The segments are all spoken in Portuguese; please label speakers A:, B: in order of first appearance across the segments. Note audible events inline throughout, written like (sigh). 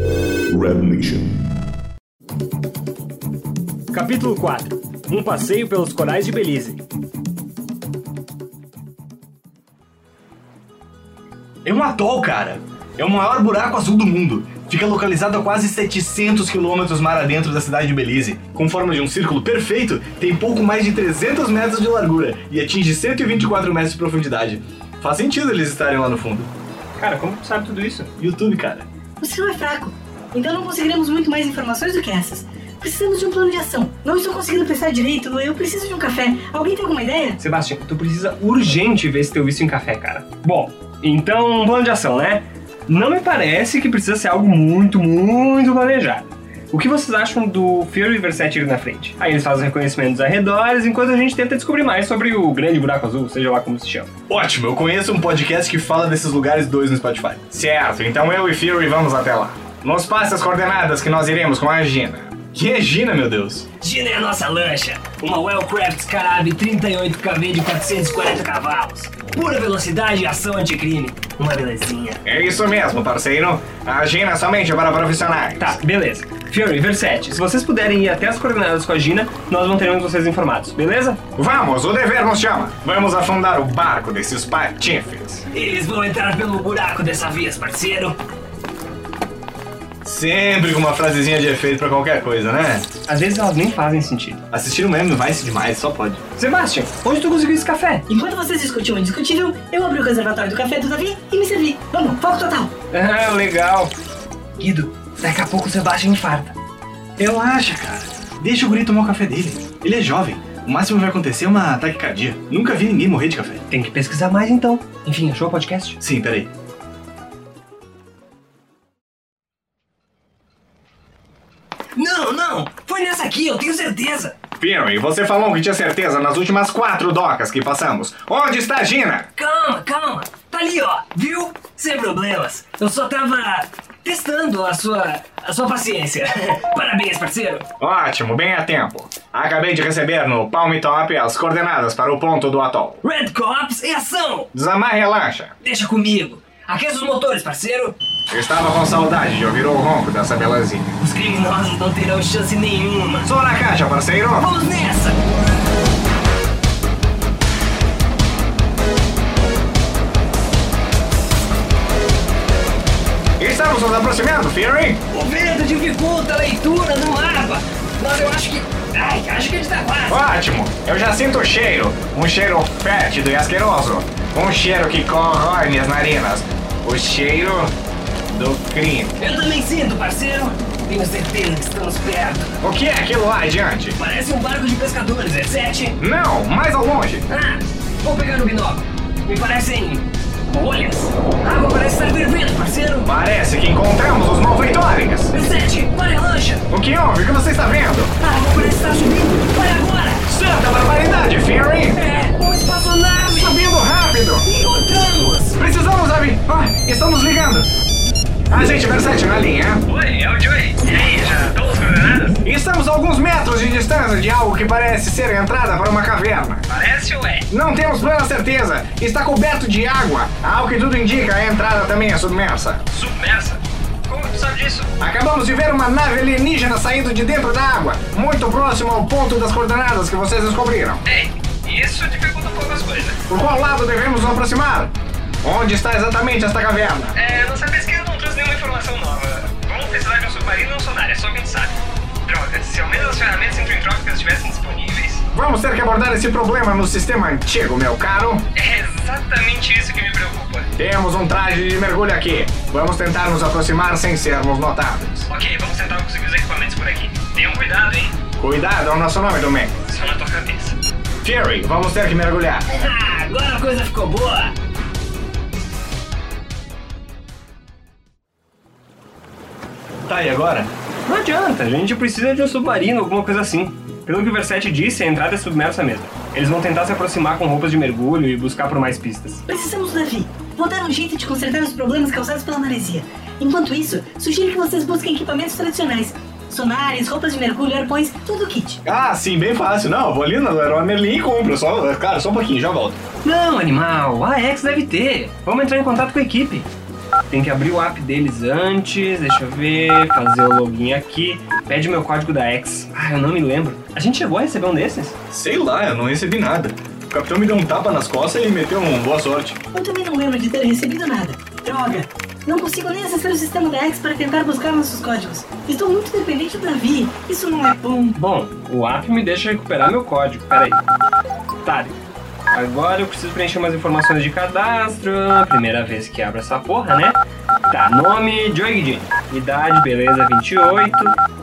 A: Red Nation.
B: Capítulo 4 Um passeio pelos corais de Belize.
C: É um atol, cara. É o maior buraco azul do mundo. Fica localizado a quase 700 quilômetros mar adentro da cidade de Belize. Com forma de um círculo perfeito, tem pouco mais de 300 metros de largura e atinge 124 metros de profundidade. Faz sentido eles estarem lá no fundo.
B: Cara, como tu sabe tudo isso?
C: YouTube, cara.
D: O sinal é fraco, então não conseguiremos muito mais informações do que essas. Precisamos de um plano de ação. Não estou conseguindo pensar direito, eu preciso de um café. Alguém tem alguma ideia?
B: Sebastião, tu precisa urgente ver esse teu vício em café, cara. Bom, então, plano de ação, né? Não me parece que precisa ser algo muito, muito planejado. O que vocês acham do Fury Verset ir na frente? Aí eles fazem reconhecimento dos arredores, enquanto a gente tenta descobrir mais sobre o grande buraco azul, seja lá como se chama.
C: Ótimo, eu conheço um podcast que fala desses lugares dois no Spotify.
E: Certo, então eu e Fury vamos até lá. Nos passe as coordenadas que nós iremos com a Gina.
C: Quem é Gina, meu Deus?
F: Gina é a nossa lancha, uma Wellcraft Scarab 38 kV de 440 cavalos. Pura velocidade e ação anticrime. Uma belezinha.
E: É isso mesmo, parceiro. A Gina é somente para profissionais.
B: Tá, beleza. Fury, Verset, se vocês puderem ir até as coordenadas com a Gina, nós manteremos vocês informados, beleza?
E: Vamos, o dever nos chama. Vamos afundar o barco desses patifes.
F: Eles vão entrar pelo buraco dessa vez, parceiro.
C: Sempre com uma frasezinha de efeito pra qualquer coisa, né?
B: Às vezes elas nem fazem sentido.
C: Assistir
E: um
C: o meme do Vice demais, só pode.
B: Sebastião, onde tu conseguiu esse café?
D: Enquanto vocês discutiam o indiscutível, eu abri o reservatório do café do Davi e me servi. Vamos, foco total.
B: Ah, legal. Guido, daqui a pouco o Sebastião infarta.
C: Relaxa, cara. Deixa o guri tomar o café dele. Ele é jovem. O máximo que vai acontecer é uma taquicardia. Nunca vi ninguém morrer de café.
B: Tem que pesquisar mais então. Enfim, achou o podcast?
C: Sim, peraí.
F: Não, não! Foi nessa aqui, eu tenho certeza!
E: Fury, você falou que tinha certeza nas últimas quatro docas que passamos. Onde está a Gina?
F: Calma, calma! Tá ali, ó, viu? Sem problemas. Eu só tava testando a sua. a sua paciência. (laughs) Parabéns, parceiro!
E: Ótimo, bem a tempo. Acabei de receber no Palm Top as coordenadas para o ponto do atol.
F: Red Cops em ação!
E: Desamarre a lancha.
F: Deixa comigo! Aquece os motores, parceiro!
E: Estava com saudade de ouvir o ronco dessa belezinha.
F: Os criminosos não terão chance nenhuma!
E: Só na caixa, parceiro.
F: Vamos nessa!
E: Estamos nos aproximando, Fury.
F: O vento dificulta a leitura do mapa! Mas eu acho que. Ai, acho que ele tá quase!
E: Ótimo, eu já sinto o cheiro. Um cheiro fétido e asqueroso. Um cheiro que corrói minhas narinas. O cheiro do crime.
F: Eu também sinto, parceiro! Tenho certeza que estamos perto.
E: O que é aquilo lá adiante?
F: Parece um barco de pescadores, é sete?
E: Não, mais ao longe.
F: Ah, vou pegar no binóculo. Me parecem. bolhas. A água parece estar fervendo, parceiro!
E: Parece que encontramos os malfeitores.
F: Sete, para a lancha!
E: O que houve? O que você está vendo?
F: A
D: Ah,
F: água parece estar subindo! Vai agora!
E: Santa barbaridade, Fury!
F: É, uma espaçonave!
E: Subindo rápido!
F: Encontramos!
E: Precisamos, Abby! Ah, estamos ligando! Agente Versace na linha.
F: Oi, é o Joey. E aí, já estão os coordenadas?
E: Estamos a alguns metros de distância de algo que parece ser a entrada para uma caverna.
F: Parece ou é?
E: Não temos plena certeza. Está coberto de água. Ao que tudo indica, a entrada também é submersa.
F: Submersa? Como tu sabe disso?
E: Acabamos de ver uma nave alienígena saindo de dentro da água, muito próximo ao ponto das coordenadas que vocês descobriram.
F: Bem, isso dificulta um pouco as coisas.
E: Por qual lado devemos nos aproximar? Onde está exatamente esta caverna?
F: É, nossa pesquisa não trouxe nenhuma informação nova. Vamos precisar de um submarino ou um sonar, é só quem sabe. Droga, se ao menos as ferramentas intrintrópicas estivessem disponíveis.
E: Vamos ter que abordar esse problema no sistema antigo, meu caro.
F: É exatamente isso que me preocupa.
E: Temos um traje de mergulho aqui. Vamos tentar nos aproximar sem sermos notados.
F: Ok, vamos tentar conseguir os equipamentos por aqui. Tenham cuidado, hein?
E: Cuidado, é o nosso nome, Domingo.
F: Só na tua cabeça.
E: Fury, vamos ter que mergulhar.
F: Ah, agora a coisa ficou boa!
C: Tá, e agora?
B: Não adianta, a gente precisa de um submarino, alguma coisa assim. Pelo que o Verset disse, a entrada é submersa mesmo. Eles vão tentar se aproximar com roupas de mergulho e buscar por mais pistas.
D: Precisamos do Davi. Vou dar um jeito de consertar os problemas causados pela maresia. Enquanto isso, sugiro que vocês busquem equipamentos tradicionais. Sonares, roupas de mergulho, arpões, tudo o kit.
C: Ah, sim, bem fácil. Não, eu vou ali na Leroy Merlin e compro. Só, cara, só um pouquinho, já volto.
B: Não, animal, a X deve ter. Vamos entrar em contato com a equipe.
F: Tem que abrir o app deles antes, deixa eu ver, fazer o login aqui. Pede meu código da X. Ah, eu não me lembro. A gente chegou a receber um desses?
E: Sei lá, eu não recebi nada. O capitão me deu um tapa nas costas e meteu um boa sorte.
D: Eu também não lembro de ter recebido nada. Droga! Não consigo nem acessar o sistema da X para tentar buscar nossos códigos. Estou muito dependente do Davi. Isso não é bom.
F: Bom, o app me deixa recuperar meu código, peraí. Tá. Agora eu preciso preencher umas informações de cadastro. Primeira vez que abro essa porra, né? Tá, nome, Joigdin. Idade, beleza, 28.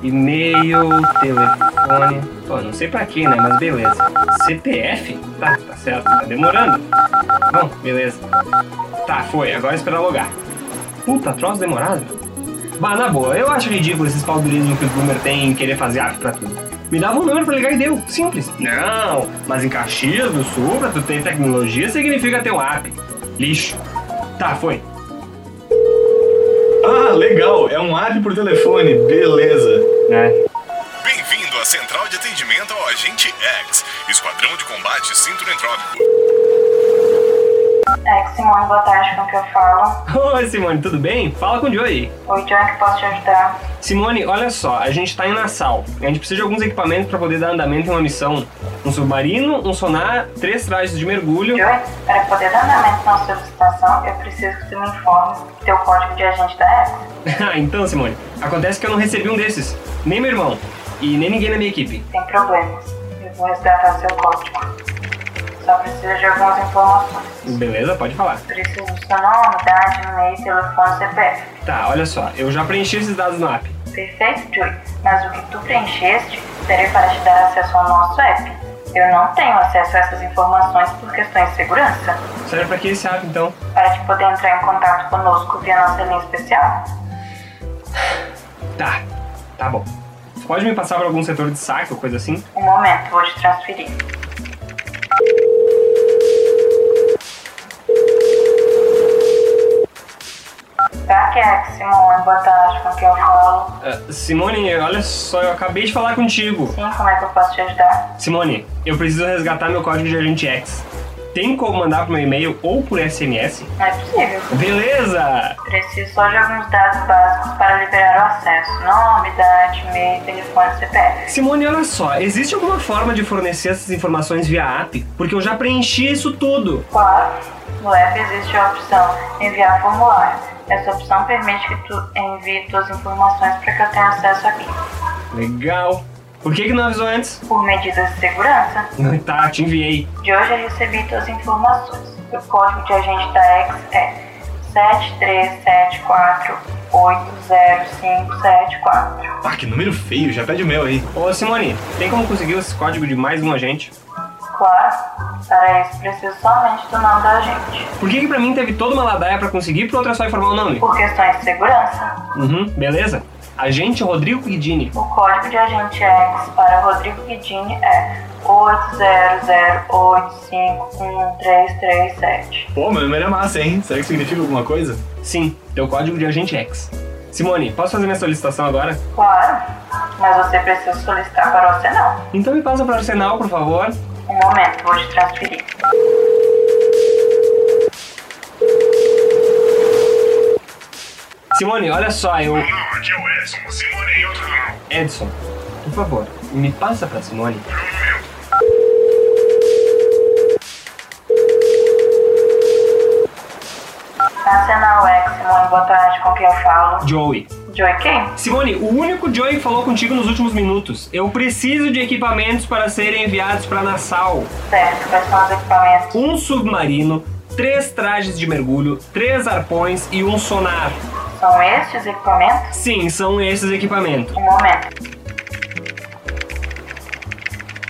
F: E-mail, telefone. Pô, não sei pra quê, né? Mas beleza. CPF? Tá, tá certo. Tá demorando. Bom, beleza. Tá, foi. Agora esperar logar. Puta, troço demorado. Bah, na boa, eu acho ridículo esses paldurismos que o Boomer tem em querer fazer app pra tudo. Me dava um número pra ligar e deu. Simples. Não, mas em Caxias do Sul, pra tu ter tecnologia, significa ter um app. Lixo. Tá, foi.
E: Ah, legal, é um app por telefone, beleza.
F: (laughs) É.
A: Bem-vindo à central de atendimento ao Agente X, Esquadrão de Combate Cinturentrópico.
G: É, Simone, boa tarde, com que eu falo?
F: Oi, Simone, tudo bem? Fala com o Joey.
G: Oi, John, que posso te ajudar?
F: Simone, olha só, a gente tá em Nassau. A gente precisa de alguns equipamentos pra poder dar andamento em uma missão. Um submarino, um sonar, três trajes de mergulho. (laughs)
G: Joey, para poder dar andamento na sua solicitação, eu preciso que tu me informe teu código de agente da X.
F: Ah, então, Simone, acontece que eu não recebi um desses. Nem meu irmão. E nem ninguém na minha equipe.
G: Sem problemas, eu vou resgatar seu código. Só preciso de algumas informações.
F: Beleza, pode falar.
G: Preciso do seu nome, idade, e-mail, telefone, CPF.
F: Tá, olha só, eu já preenchi esses dados no app.
G: Perfeito, Joey, mas o que tu preencheste serei para te dar acesso ao nosso app. Eu não tenho acesso a essas informações por questões de segurança.
F: Serve pra que esse app, então?
G: para te poder entrar em contato conosco via nossa linha especial?
F: Tá, tá bom. Você pode me passar pra algum setor de saque ou coisa assim?
G: Um momento, vou te transferir. Tá, que é, Simone? Boa tarde, com quem eu falo?
F: Ah, Simone, olha só, eu acabei de falar contigo.
G: Sim, como é que eu posso te ajudar?
F: Simone, eu preciso resgatar meu código de agente X. Tem como mandar pro meu e-mail ou por SMS?
G: Não é possível.
F: Beleza!
G: Preciso só de alguns dados básicos para liberar o acesso. Nome, idade, e-mail, telefone, CPF.
F: Simone, olha só, existe alguma forma de fornecer essas informações via app? Porque eu já preenchi isso tudo.
G: Claro, no app existe a opção enviar formulário. Essa opção permite que tu envie tuas informações para que eu tenha acesso aqui.
F: Legal. Por que, que não avisou antes? (laughs)
G: Por medidas de segurança,
F: Tá, te enviei.
G: de hoje eu recebi tuas informações. O código de agente da X é 7374805574.
E: Ah, que número feio, já pede o meu aí.
F: Ô Simone, tem como conseguir esse código de mais um agente?
G: Claro, para isso preciso somente do nome do agente.
F: Por que, que pra mim teve toda uma ladaia pra conseguir, pro outro é só informar o nome?
G: Por questões de segurança,
F: Uhum, beleza? Agente Rodrigo Guidini.
G: O código de agente X para Rodrigo Guidini é 800851337.
E: Pô, meu número é massa, hein? Será que significa alguma coisa?
F: Sim, teu código de agente X. Simone, posso fazer minha solicitação agora?
G: Claro, mas você precisa solicitar para você não.
F: Então me passa pro arsenal, por favor.
G: Um momento, vou te transferir.
F: Simone, olha só, eu.
A: Não, aqui é o Edson. Simone em outro canal.
F: Edson, por favor, me passa pra Simone.
G: Nacional X, Simone, boa tarde, com quem eu falo?
F: Joey.
G: Joy quem?
F: Simone, o único Joey que falou contigo nos últimos minutos. Eu preciso de equipamentos para serem enviados pra Nassau.
G: Certo, quais são os equipamentos?
F: Um submarino, três trajes de mergulho, três arpões e um sonar.
G: São estes os equipamentos?
F: Sim, são esses equipamentos.
G: Um momento.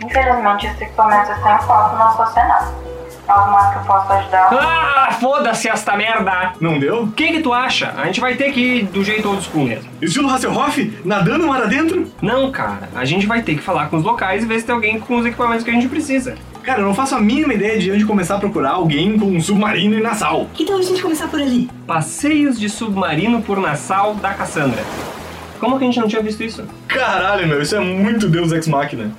G: Infelizmente, esses equipamentos estão em falta no nosso arsenal. Algo mais que eu possa ajudar?
F: Ah, foda-se esta merda!
E: Não deu?
F: O que que tu acha? A gente vai ter que ir do jeito old school mesmo.
E: Estilo Hasselhoff? Nadando mar adentro?
F: Não, cara, a gente vai ter que falar com os locais e ver se tem alguém com os equipamentos que a gente precisa.
E: Cara, eu não faço a mínima ideia de onde começar a procurar alguém com um submarino e nasal.
D: Que tal a gente começar por ali?
F: Passeios de submarino por Nassau da Cassandra. Como que a gente não tinha visto isso? (laughs)
E: Caralho, meu, isso é muito Deus Ex Machina.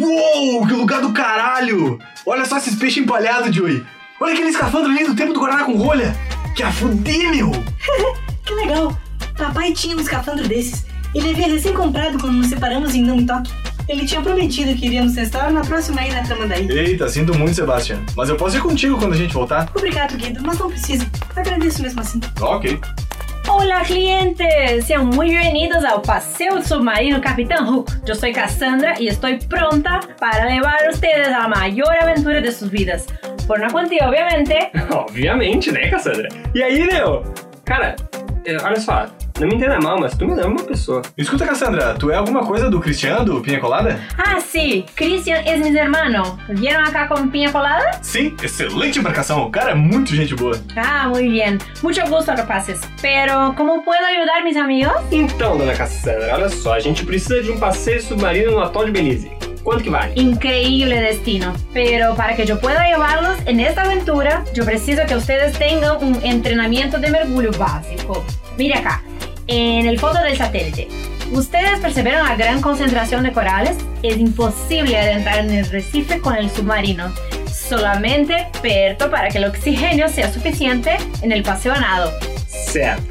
E: Uou, que lugar do caralho! Olha só esses peixes empalhados, Joey. Olha aquele escafandro ali do tempo do Guaraná com rolha. Que a fuder, meu!
D: (laughs) Que legal! Papai tinha um escafandro desses. Ele havia recém-comprado quando nos separamos em Não Me Toque. Ele tinha prometido que iríamos restaurar na próxima ida na Tramandaí.
E: Eita, sinto muito, Sebastian. Mas eu posso ir contigo quando a gente voltar.
D: Obrigado, Guido, mas não precisa. Agradeço mesmo assim.
E: Ok.
H: Hola clientes, sean muy bienvenidos al Paseo Submarino Capitán Hook. Yo soy Cassandra y estoy pronta para llevar a ustedes a la mayor aventura de sus vidas. Por una cuantía, obviamente.
F: Obviamente, né, Cassandra? E aí, meu? Cara, eh, olha só, não me entenda mal, mas tu me lembra uma pessoa.
E: Escuta, Cassandra, tu é alguma coisa do Cristiano, do Pinha Colada?
H: Ah, sí, Christian es mi hermano. ¿Vieron acá con piña colada?
E: Sim, excelente embarcação. O cara é muito gente boa.
H: Ah, muy bien. Mucho gusto, rapaces. Pero, ¿cómo puedo ayudar, mis amigos?
F: Então, dona Cassandra, olha só, a gente precisa de um passeio submarino no atol de Belize. Quanto que vale?
H: Increíble destino. Pero para que yo pueda llevarlos en esta aventura, yo preciso que ustedes tengan un entrenamiento de mergulho básico. Mire acá, en el foto del satélite. Ustedes percibieron la gran concentración de corales. Es imposible adentrar en el recife con el submarino. Solamente perto para que el oxígeno sea suficiente en el paseo a nado.
F: Certo.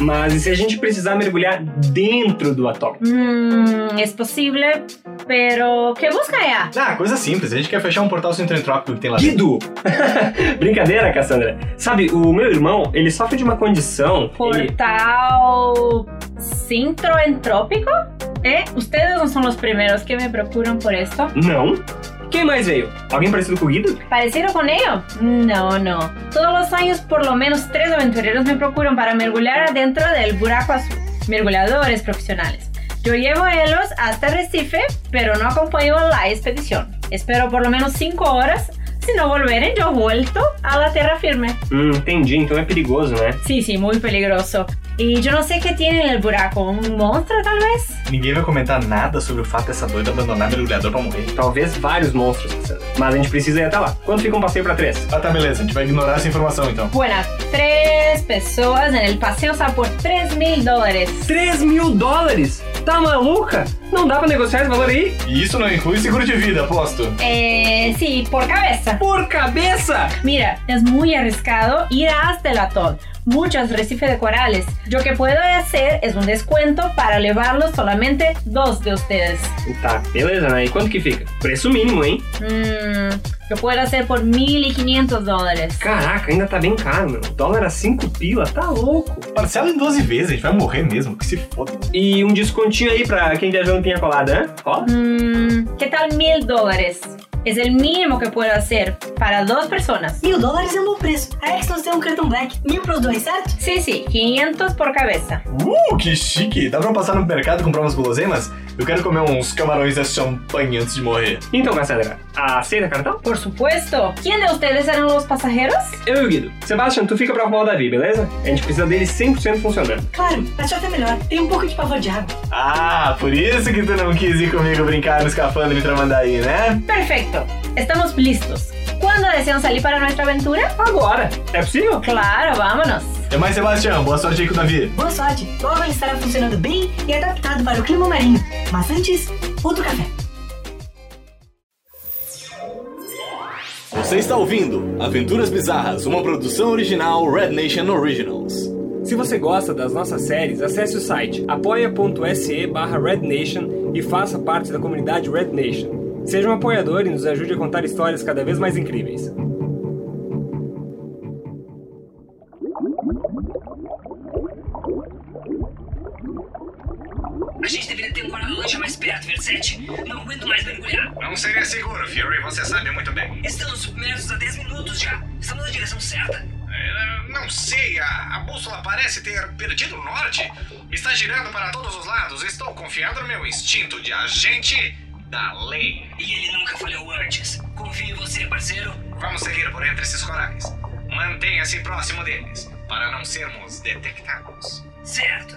F: Mas e se a gente precisar mergulhar dentro do atol?
H: Mm, es posible, pero ¿qué busca ya?
E: Ah, coisa simples. A gente quer fechar um portal centroentrópico que tem lá dentro.
F: Guido! (laughs) Brincadeira, Cassandra. Sabe, o meu irmão, ele sofre de uma condição. ele-
H: portal sintroentrópico. ¿Eh? Ustedes no son los primeros que me procuran por esto.
F: Não? Quem mais veio? Alguém parecido com o Guido?
H: ¿Parecido con ello? No, no. Todos los años por lo menos tres aventureros me procuran para mergulhar adentro del buraco azul. Mergulhadores profesionales. Yo llevo ellos hasta Recife, pero no acompaño la expedición. Espero por lo menos cinco horas. Si no volveren, yo vuelto a la tierra firme.
F: Hum, entendi, então é perigoso, né?
H: Sí, sí, muy peligroso. Y yo no sé qué tiene en el buraco. ¿Un monstruo tal vez?
E: Ninguém vai comentar nada sobre o fato dessa doida abandonar mergulhador pra morrer.
F: Talvez vários monstros, Cassandra. Mas a gente precisa ir até lá. Quanto fica um passeio pra três?
E: Ah, tá, beleza. A gente vai ignorar essa informação, então.
H: Buenas, tres personas en el paseo, o sea, por 3 mil dólares.
F: 3 mil dólares? Tá maluca? Não dá pra negociar esse valor aí?
E: E isso não inclui seguro de vida, aposto.
H: Eh, sí, por cabeza.
F: Por cabeça!
H: Mira, es muy arriesgado ir hasta el atol. Muchos recifes de corales. Yo que puedo hacer es un descuento para llevarlos solamente dos de ustedes.
F: Tá, beleza, né? E quanto que fica? Preço mínimo, hein?
H: Mm, yo puedo hacer por 1500 dólares.
F: Caraca, ainda tá bem caro, meu. Dólar a 5 pila, tá louco.
E: Parcela em 12 vezes, a gente vai morrer mesmo, que se foda.
F: E um descontinho aí pra quem viajou no Pinha Colada, né? Ó.
H: Mm, ¿Qué tal 1000 dólares? Es el mínimo que puedo hacer para dos personas.
D: Mil dólares é um bom preço. A Exxon tem um cartão black. Mil pros dois, certo?
H: Sí, sí, 500 por cabeza.
E: Uh, que chique! Dá pra passar no mercado e comprar umas guloseimas? Eu quero comer uns camarões da champanhe antes de morrer.
F: Então, Cassandra, aceita cartão?
H: Por supuesto. ¿Quién de ustedes eran los pasajeros?
F: Eu e o Guido. Sebastian, tu fica pra arrumar o Davi, beleza? A gente precisa dele 100% funcionando.
D: Claro, mas já é melhor. Tem um pouco de pavor de água.
E: Ah, por isso que tu não quis ir comigo brincar no escafandro em Tramandaí, né?
H: Perfecto. Estamos listos. ¿Cuándo desean salir para nuestra aventura?
F: Agora! É possível?
H: Claro, vámonos.
E: Até É mais, Sebastião. Boa sorte aí com o Davi.
D: Boa sorte. Logo ele estará funcionando bem e adaptado para o clima marinho. Mas antes, outro café.
I: Você está ouvindo Aventuras Bizarras, uma produção original Red Nation Originals.
F: Se você gosta das nossas séries, acesse o site apoia.se barra Red Nation e faça parte da comunidade Red Nation. Seja um apoiador e nos ajude a contar histórias cada vez mais incríveis.
J: A gente deveria ter um guarda-lancha mais perto, Versete. Não aguento mais mergulhar.
A: Não seria seguro, Fury, você sabe muito bem.
J: Estamos submersos há 10 minutos já. Estamos na direção certa.
A: É, não sei, a, a bússola parece ter perdido o norte. Está girando para todos os lados. Estou confiando no meu instinto de agente da lei.
J: E ele nunca falhou antes. Confio em você, parceiro.
A: Vamos seguir por entre esses corais. Mantenha-se próximo deles, para não sermos detectados.
J: Certo.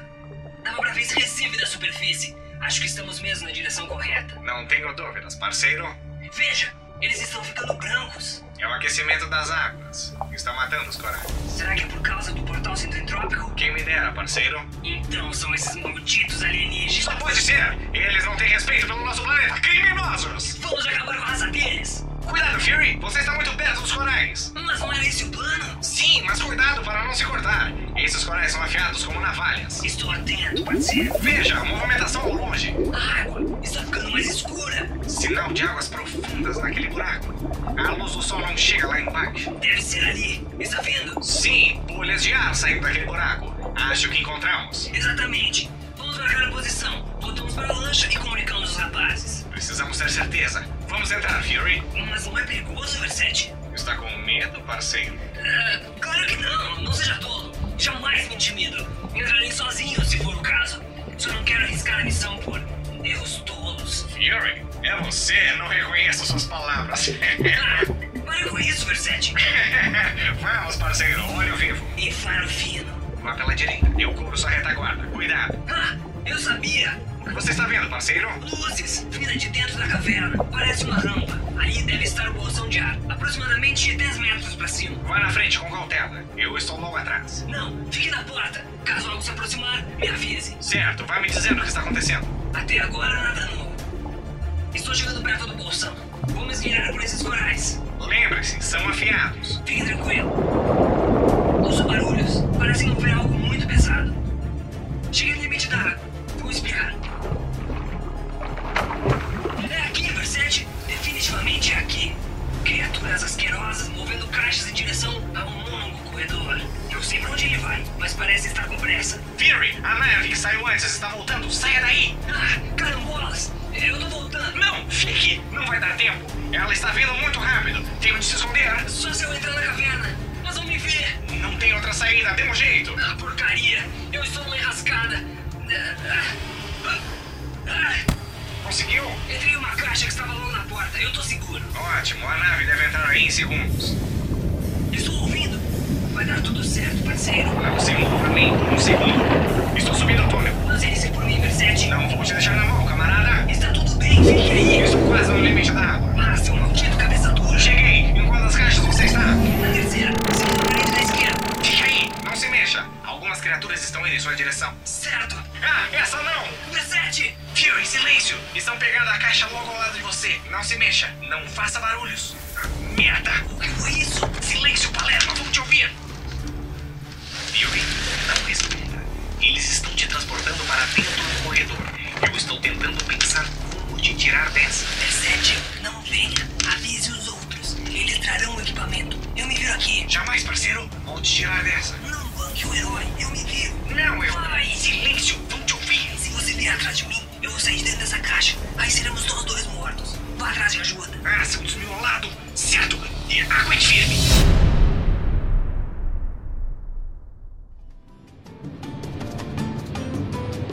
J: Dava pra ver esse recife da superfície. Acho que estamos mesmo na direção correta.
A: Não tenho dúvidas, parceiro.
J: Veja, eles estão ficando brancos.
A: É o aquecimento das águas. Está matando os corais.
J: Será que é por causa do portal sintentrópico?
A: Quem me dera, parceiro.
J: Então são esses malditos alienígenas.
A: Só pode ser. Eles não têm respeito pelo nosso planeta. Criminosos!
J: Vamos acabar com a raça deles!
A: Cuidado, Fury. Você está muito perto dos corais.
J: Mas não era esse o plano?
A: Sim, mas cuidado para não se cortar. Esses corais são afiados como navalhas.
J: Estou atento, parceiro.
A: Veja, movimentação ao longe.
J: A água está ficando mais escura.
A: Sinal de águas profundas naquele buraco. A luz do sol não chega lá embaixo.
J: Deve ser ali. Está vendo?
A: Sim, bolhas de ar saindo daquele buraco. Acho que encontramos.
J: Exatamente. Vamos marcar a posição. Voltamos para a lancha e comunicamos os rapazes.
A: Precisamos ter certeza. Vamos entrar, Fury.
J: Mas não é perigoso, Versetti?
A: Está com medo, parceiro?
J: Ah, claro que não. Não seja tolo. Jamais me intimido. Entrarei sozinho se for o caso. Só não quero arriscar a missão por erros tolos.
A: Fury? É você, não reconheço suas palavras.
J: Ah, pare com isso, Versetti.
A: (laughs) Vamos, parceiro, olho vivo.
J: E faro fino.
A: Vá pela direita, eu cubro sua retaguarda. Cuidado.
J: Ah, eu sabia.
A: O que você está vendo, parceiro?
J: Luzes, vinda de dentro da caverna. Parece uma rampa. Aí deve estar o bolsão de ar, aproximadamente 10 metros para cima.
A: Vá na frente com cautela. Eu estou logo atrás.
J: Não, fique na porta. Caso algo se aproximar, me avise.
A: Certo, vai me dizendo o que está acontecendo.
J: Até agora nada novo. Estou chegando perto do bolsão. Vou me esgueirar por esses corais.
A: Lembre-se, são afiados.
J: Fique tranquilo. Ouço barulhos. Parece mover algo muito pesado. Cheguei no limite da água. Vou explicar. É aqui, Versetti. Definitivamente é aqui. Criaturas asquerosas movendo caixas em direção a um longo corredor. Não sei pra onde ele vai, mas parece estar com pressa.
A: Fury, a nave que saiu antes está voltando. Saia daí!
J: Ah, carambolas! Eu tô voltando.
A: Não, fique! Não vai dar tempo. Ela está vindo muito rápido. Tenho de se esconder.
J: Só se eu entrar na caverna. Mas vão me ver.
A: Não tem outra saída, dê um jeito.
J: Ah, porcaria! Eu estou numa enrascada! Ah, ah, ah,
A: Conseguiu?
J: ah. Entrei em uma caixa que estava logo na porta. Eu tô seguro.
A: Ótimo, a nave deve entrar aí em segundos.
J: Estou ouvindo. Vai dar tudo certo, parceiro.
A: Não se mova nem por um segundo. Estou subindo o túnel.
J: Não sei se por mim, Versetti.
A: Não vou te deixar na mão, camarada.
J: Está tudo bem, fique aí.
A: Eu estou quase no limite da água.
J: Ah, seu maldito cabeça dura.
A: Cheguei. Em qual das caixas você está?
J: Na terceira, segundo direito da esquerda.
A: Fique aí, não se mexa. Algumas criaturas estão indo em sua direção.
J: Certo.
A: Ah, essa não!
J: Versetti!
A: Fury, silêncio! Estão pegando a caixa logo ao lado de você. Não se mexa, não faça barulhos. Ah, Merda!
J: O que foi isso?
A: Silêncio, Palermo, vou te ouvir! Fury, não responda. Eles estão te transportando para dentro do corredor. Eu estou tentando pensar como te tirar dessa.
J: Versetti, É não venha. Avise os outros. Eles trarão o equipamento. Eu me viro aqui.
A: Jamais, parceiro, vou te tirar dessa.
J: Não banque o herói. Eu me viro.
A: Não, eu.
J: Vai.
A: Silêncio, vão te ouvir!
J: Se você vier atrás de mim, eu vou sair de dentro dessa caixa. Aí seremos nós dois mortos. Vá atrás de ajuda.
A: Ah, seu desmiolado! Certo! E aguente firme!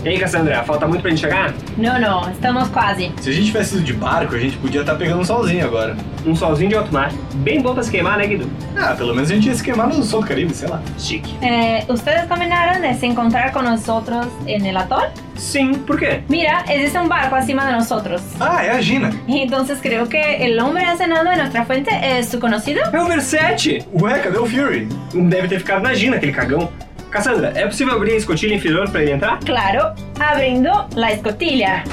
F: Ei, Cassandra, falta muito pra gente chegar?
H: Não, não, estamos quase.
E: Se a gente tivesse ido de barco, a gente podia estar pegando um solzinho agora.
F: Um solzinho de alto mar. Bem bom pra se queimar, né, Guido?
E: Ah, pelo menos a gente ia se queimar no sol do Caribe, sei lá.
F: Chique.
H: Eh, ¿Ustedes combinaron de se encontrar con nosotros en el atol?
F: Sim, por quê?
H: Mira, existe un barco encima de nosotros.
E: Ah, é a Gina.
H: Y entonces creo que el hombre cenando de nuestra fuente es su conocido.
F: É o Verset!
E: Ué, cadê o Fury?
F: Deve ter ficado na Gina, aquele cagão. Cassandra, é possível abrir a escotilha inferior pra ele entrar?
H: Claro, abriendo la escotilla.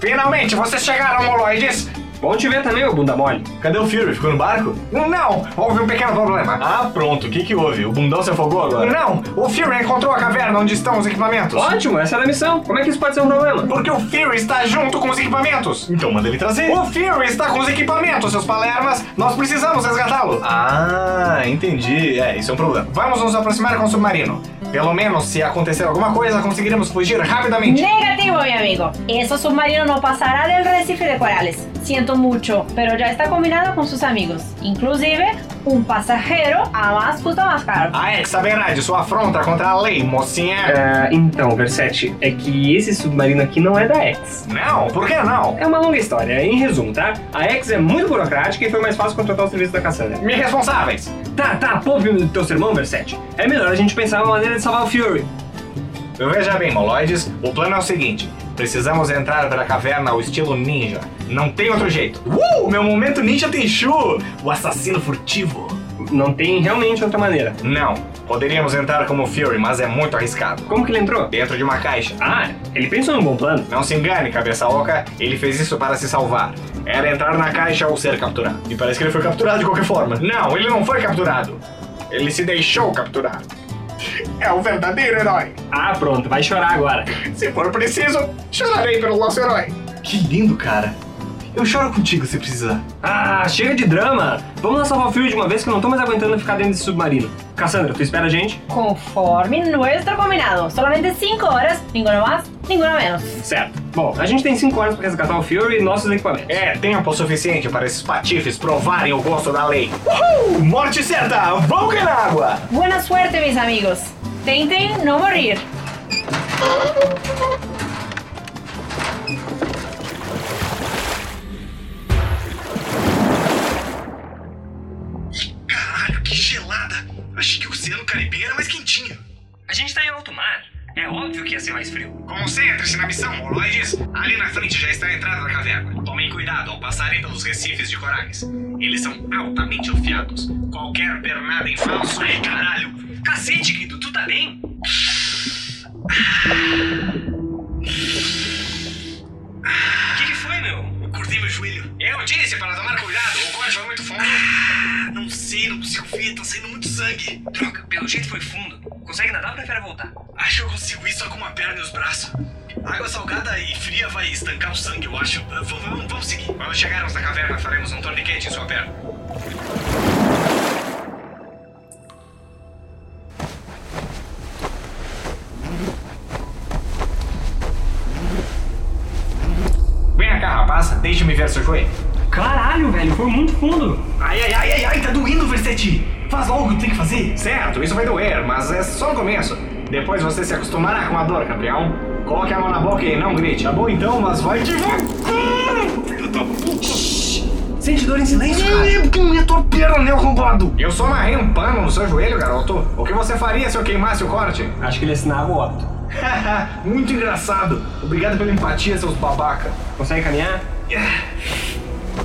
K: Finalmente, vocês chegaram, moloides!
F: Bom te ver também, ô bunda mole.
E: Cadê o Fury? Ficou no barco?
K: Não, houve um pequeno problema.
E: Ah, pronto. O que que houve? O bundão se afogou agora?
K: Não, o Fury encontrou a caverna onde estão os equipamentos.
F: Ótimo, essa era a missão. Como é que isso pode ser um problema?
K: Porque o Fury está junto com os equipamentos.
E: Então manda ele trazer.
K: O Fury está com os equipamentos, seus palermas. Nós precisamos resgatá-lo.
E: Ah, entendi. É, isso é um problema.
K: Vamos nos aproximar com o submarino. Pelo menos, se acontecer alguma coisa, conseguiremos fugir rapidamente.
H: Negativo, mi amigo. Eso submarino no pasará del recife de corales. Siento mucho, pero ya está combinado con sus amigos. Inclusive, un pasajero a más justo más caro.
K: é, A ex-verdade, sua afronta contra a lei, mocinha.
F: Ah, então, Verset, é que esse submarino aqui não é da X.
K: Não, por que não?
F: É uma longa história, em resumo, tá? A X é muito burocrática e foi mais fácil contratar o serviço da Cassandra.
K: Me responsáveis.
F: Tá, tá, poupe o teu sermão, Verset. É melhor a gente pensar uma maneira de salvar o Fury.
K: Veja bem, Moloides, o plano é o seguinte: precisamos entrar pela caverna ao estilo ninja.
E: Não tem outro jeito. Uh! Meu momento ninja Tenchu! O assassino furtivo.
F: Não tem realmente outra maneira.
E: Não. Poderíamos entrar como Fury, mas é muito arriscado.
F: Como que ele entrou?
E: Dentro de uma caixa.
F: Ah, ele pensou num bom plano.
E: Não se engane, cabeça oca, ele fez isso para se salvar. Era entrar na caixa ou ser capturado. E parece que ele foi capturado de qualquer forma. Não, ele não foi capturado. Ele se deixou capturar. É o verdadeiro herói.
F: Ah, pronto, vai chorar agora.
E: Se for preciso, chorarei pelo nosso herói. Que lindo, cara. Eu choro contigo se precisar.
F: Ah, chega de drama! Vamos lá salvar o Fury de uma vez que eu não tô mais aguentando ficar dentro desse submarino. Cassandra, tu espera a gente?
H: Conforme nuestro combinado. Solamente 5 horas, ninguno más, ninguno menos.
F: Certo. Bom, a gente tem 5 horas pra resgatar o Fury e nossos equipamentos.
E: É tempo suficiente para esses patifes provarem o gosto da lei. Uhul! Morte certa! Vulca na água!
H: Buena suerte, mis amigos. Tenten no morir.
A: Caralho, que gelada! Achei que o Oceano Caribenho era mais quentinho.
J: A gente tá em alto mar. É óbvio que ia ser mais frio.
A: Concentre-se na missão, Moloides. Ali na frente já está a entrada da caverna. Tomem cuidado ao passarem pelos recifes de corais. Eles são altamente afiados. Qualquer pernada em falso é caralho.
J: Cacete, Guido, tu tá bem? O que, que foi, meu?
A: Eu cortei meu joelho.
J: Eu disse para tomar cuidado.
A: O corte foi muito fundo. Ah, Não sei, não consigo ver. Tá saindo muito sangue.
J: Droga, pelo jeito foi fundo. Consegue nadar ou prefere voltar?
A: Acho que eu consigo ir só com uma perna e os braços. Água salgada e fria vai estancar o sangue, eu acho. Ah, Vamos, vamos, vamos seguir.
J: Quando chegarmos na caverna, faremos um torniquete em sua perna.
E: Vem cá, rapaz. Deixe-me ver seu joelho.
F: Caralho, velho, foi muito fundo.
E: Ai, ai, ai, ai, ai, tá doendo, Versetti! Faz logo o que tem que fazer! Certo, isso vai doer, mas é só o começo. Depois você se acostumará com a dor, campeão. Coloque a mão na boca e não grite. Tá bom então, mas vai devagar! Eu tô
F: Sente dor em silêncio, cara.
E: minha torpeira, né, arrombado? Eu só amarrei um pano no seu joelho, garoto. O que você faria se eu queimasse o corte? (laughs)
F: Acho que ele assinava o óbito.
E: Muito engraçado. Obrigado pela empatia, seus babaca.
F: Consegue caminhar? (laughs)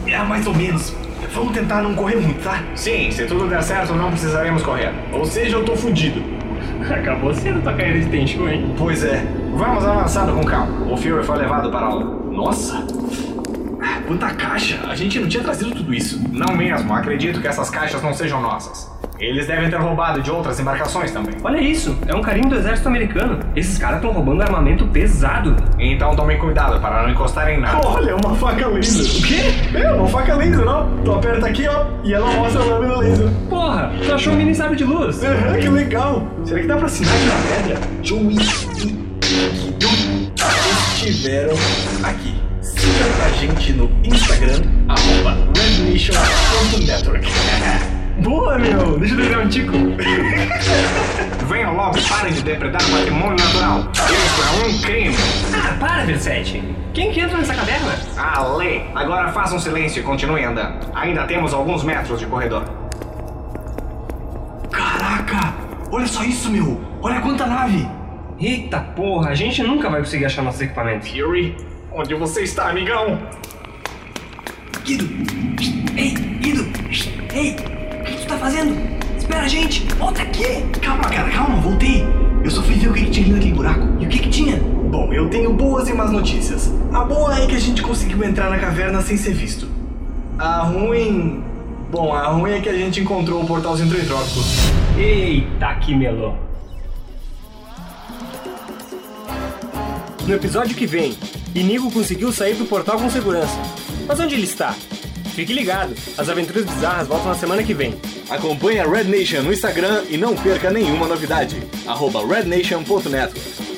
E: É, mais ou menos. Vamos tentar não correr muito, tá? Sim, se tudo der certo, não precisaremos correr. Ou seja, eu tô fudido.
F: Acabou sendo tua carreira de Tenchu, hein?
E: Pois é. Vamos avançando com calma. O Fury foi levado para aula. Nossa! Ah, Quanta caixa! A gente não tinha trazido tudo isso. Não mesmo. Acredito que essas caixas não sejam nossas. Eles devem ter roubado de outras embarcações também.
F: Olha isso, é um carinho do exército americano. Esses caras estão roubando armamento pesado.
E: Então tomem cuidado para não encostarem em nada. Olha, uma faca laser. O quê? É, uma faca laser, ó. Tu aperta aqui, ó, e ela mostra a lâmina laser.
F: Porra, tu achou um mini sabre de luz?
E: Aham, que legal! Será que dá pra assinar aqui na pedra? Joey estiveram aqui. Siga a gente no Instagram, arroba (laughs) rednation.network.
F: Boa, meu! Deixa eu pegar um tico.
E: (laughs) Venham logo, parem de depredar o patrimônio natural. Isso é um crime.
F: Ah, para, Versace. Quem que entra nessa caverna?
E: Ale, agora façam silêncio e continuem andando. Ainda temos alguns metros de corredor. Caraca! Olha só isso, meu! Olha quanta nave!
F: Eita porra, a gente nunca vai conseguir achar nossos equipamentos.
E: Fury, onde você está, amigão?
J: Guido! Ei, Guido! Ei, o que tu tá fazendo? Espera, gente! Volta aqui!
E: Calma, cara, calma, voltei. Eu só fui ver o que, que tinha ali naquele buraco. E o que, que tinha? Bom, eu tenho boas e más notícias. A boa é que a gente conseguiu entrar na caverna sem ser visto. A ruim. Bom, a ruim é que a gente encontrou o portal centroidrópico.
F: Eita que melô. No episódio que vem, Inigo conseguiu sair do portal com segurança. Mas onde ele está? Fique ligado, as aventuras bizarras voltam na semana que vem.
I: Acompanhe a Red Nation no Instagram e não perca nenhuma novidade. Arroba rednation.network.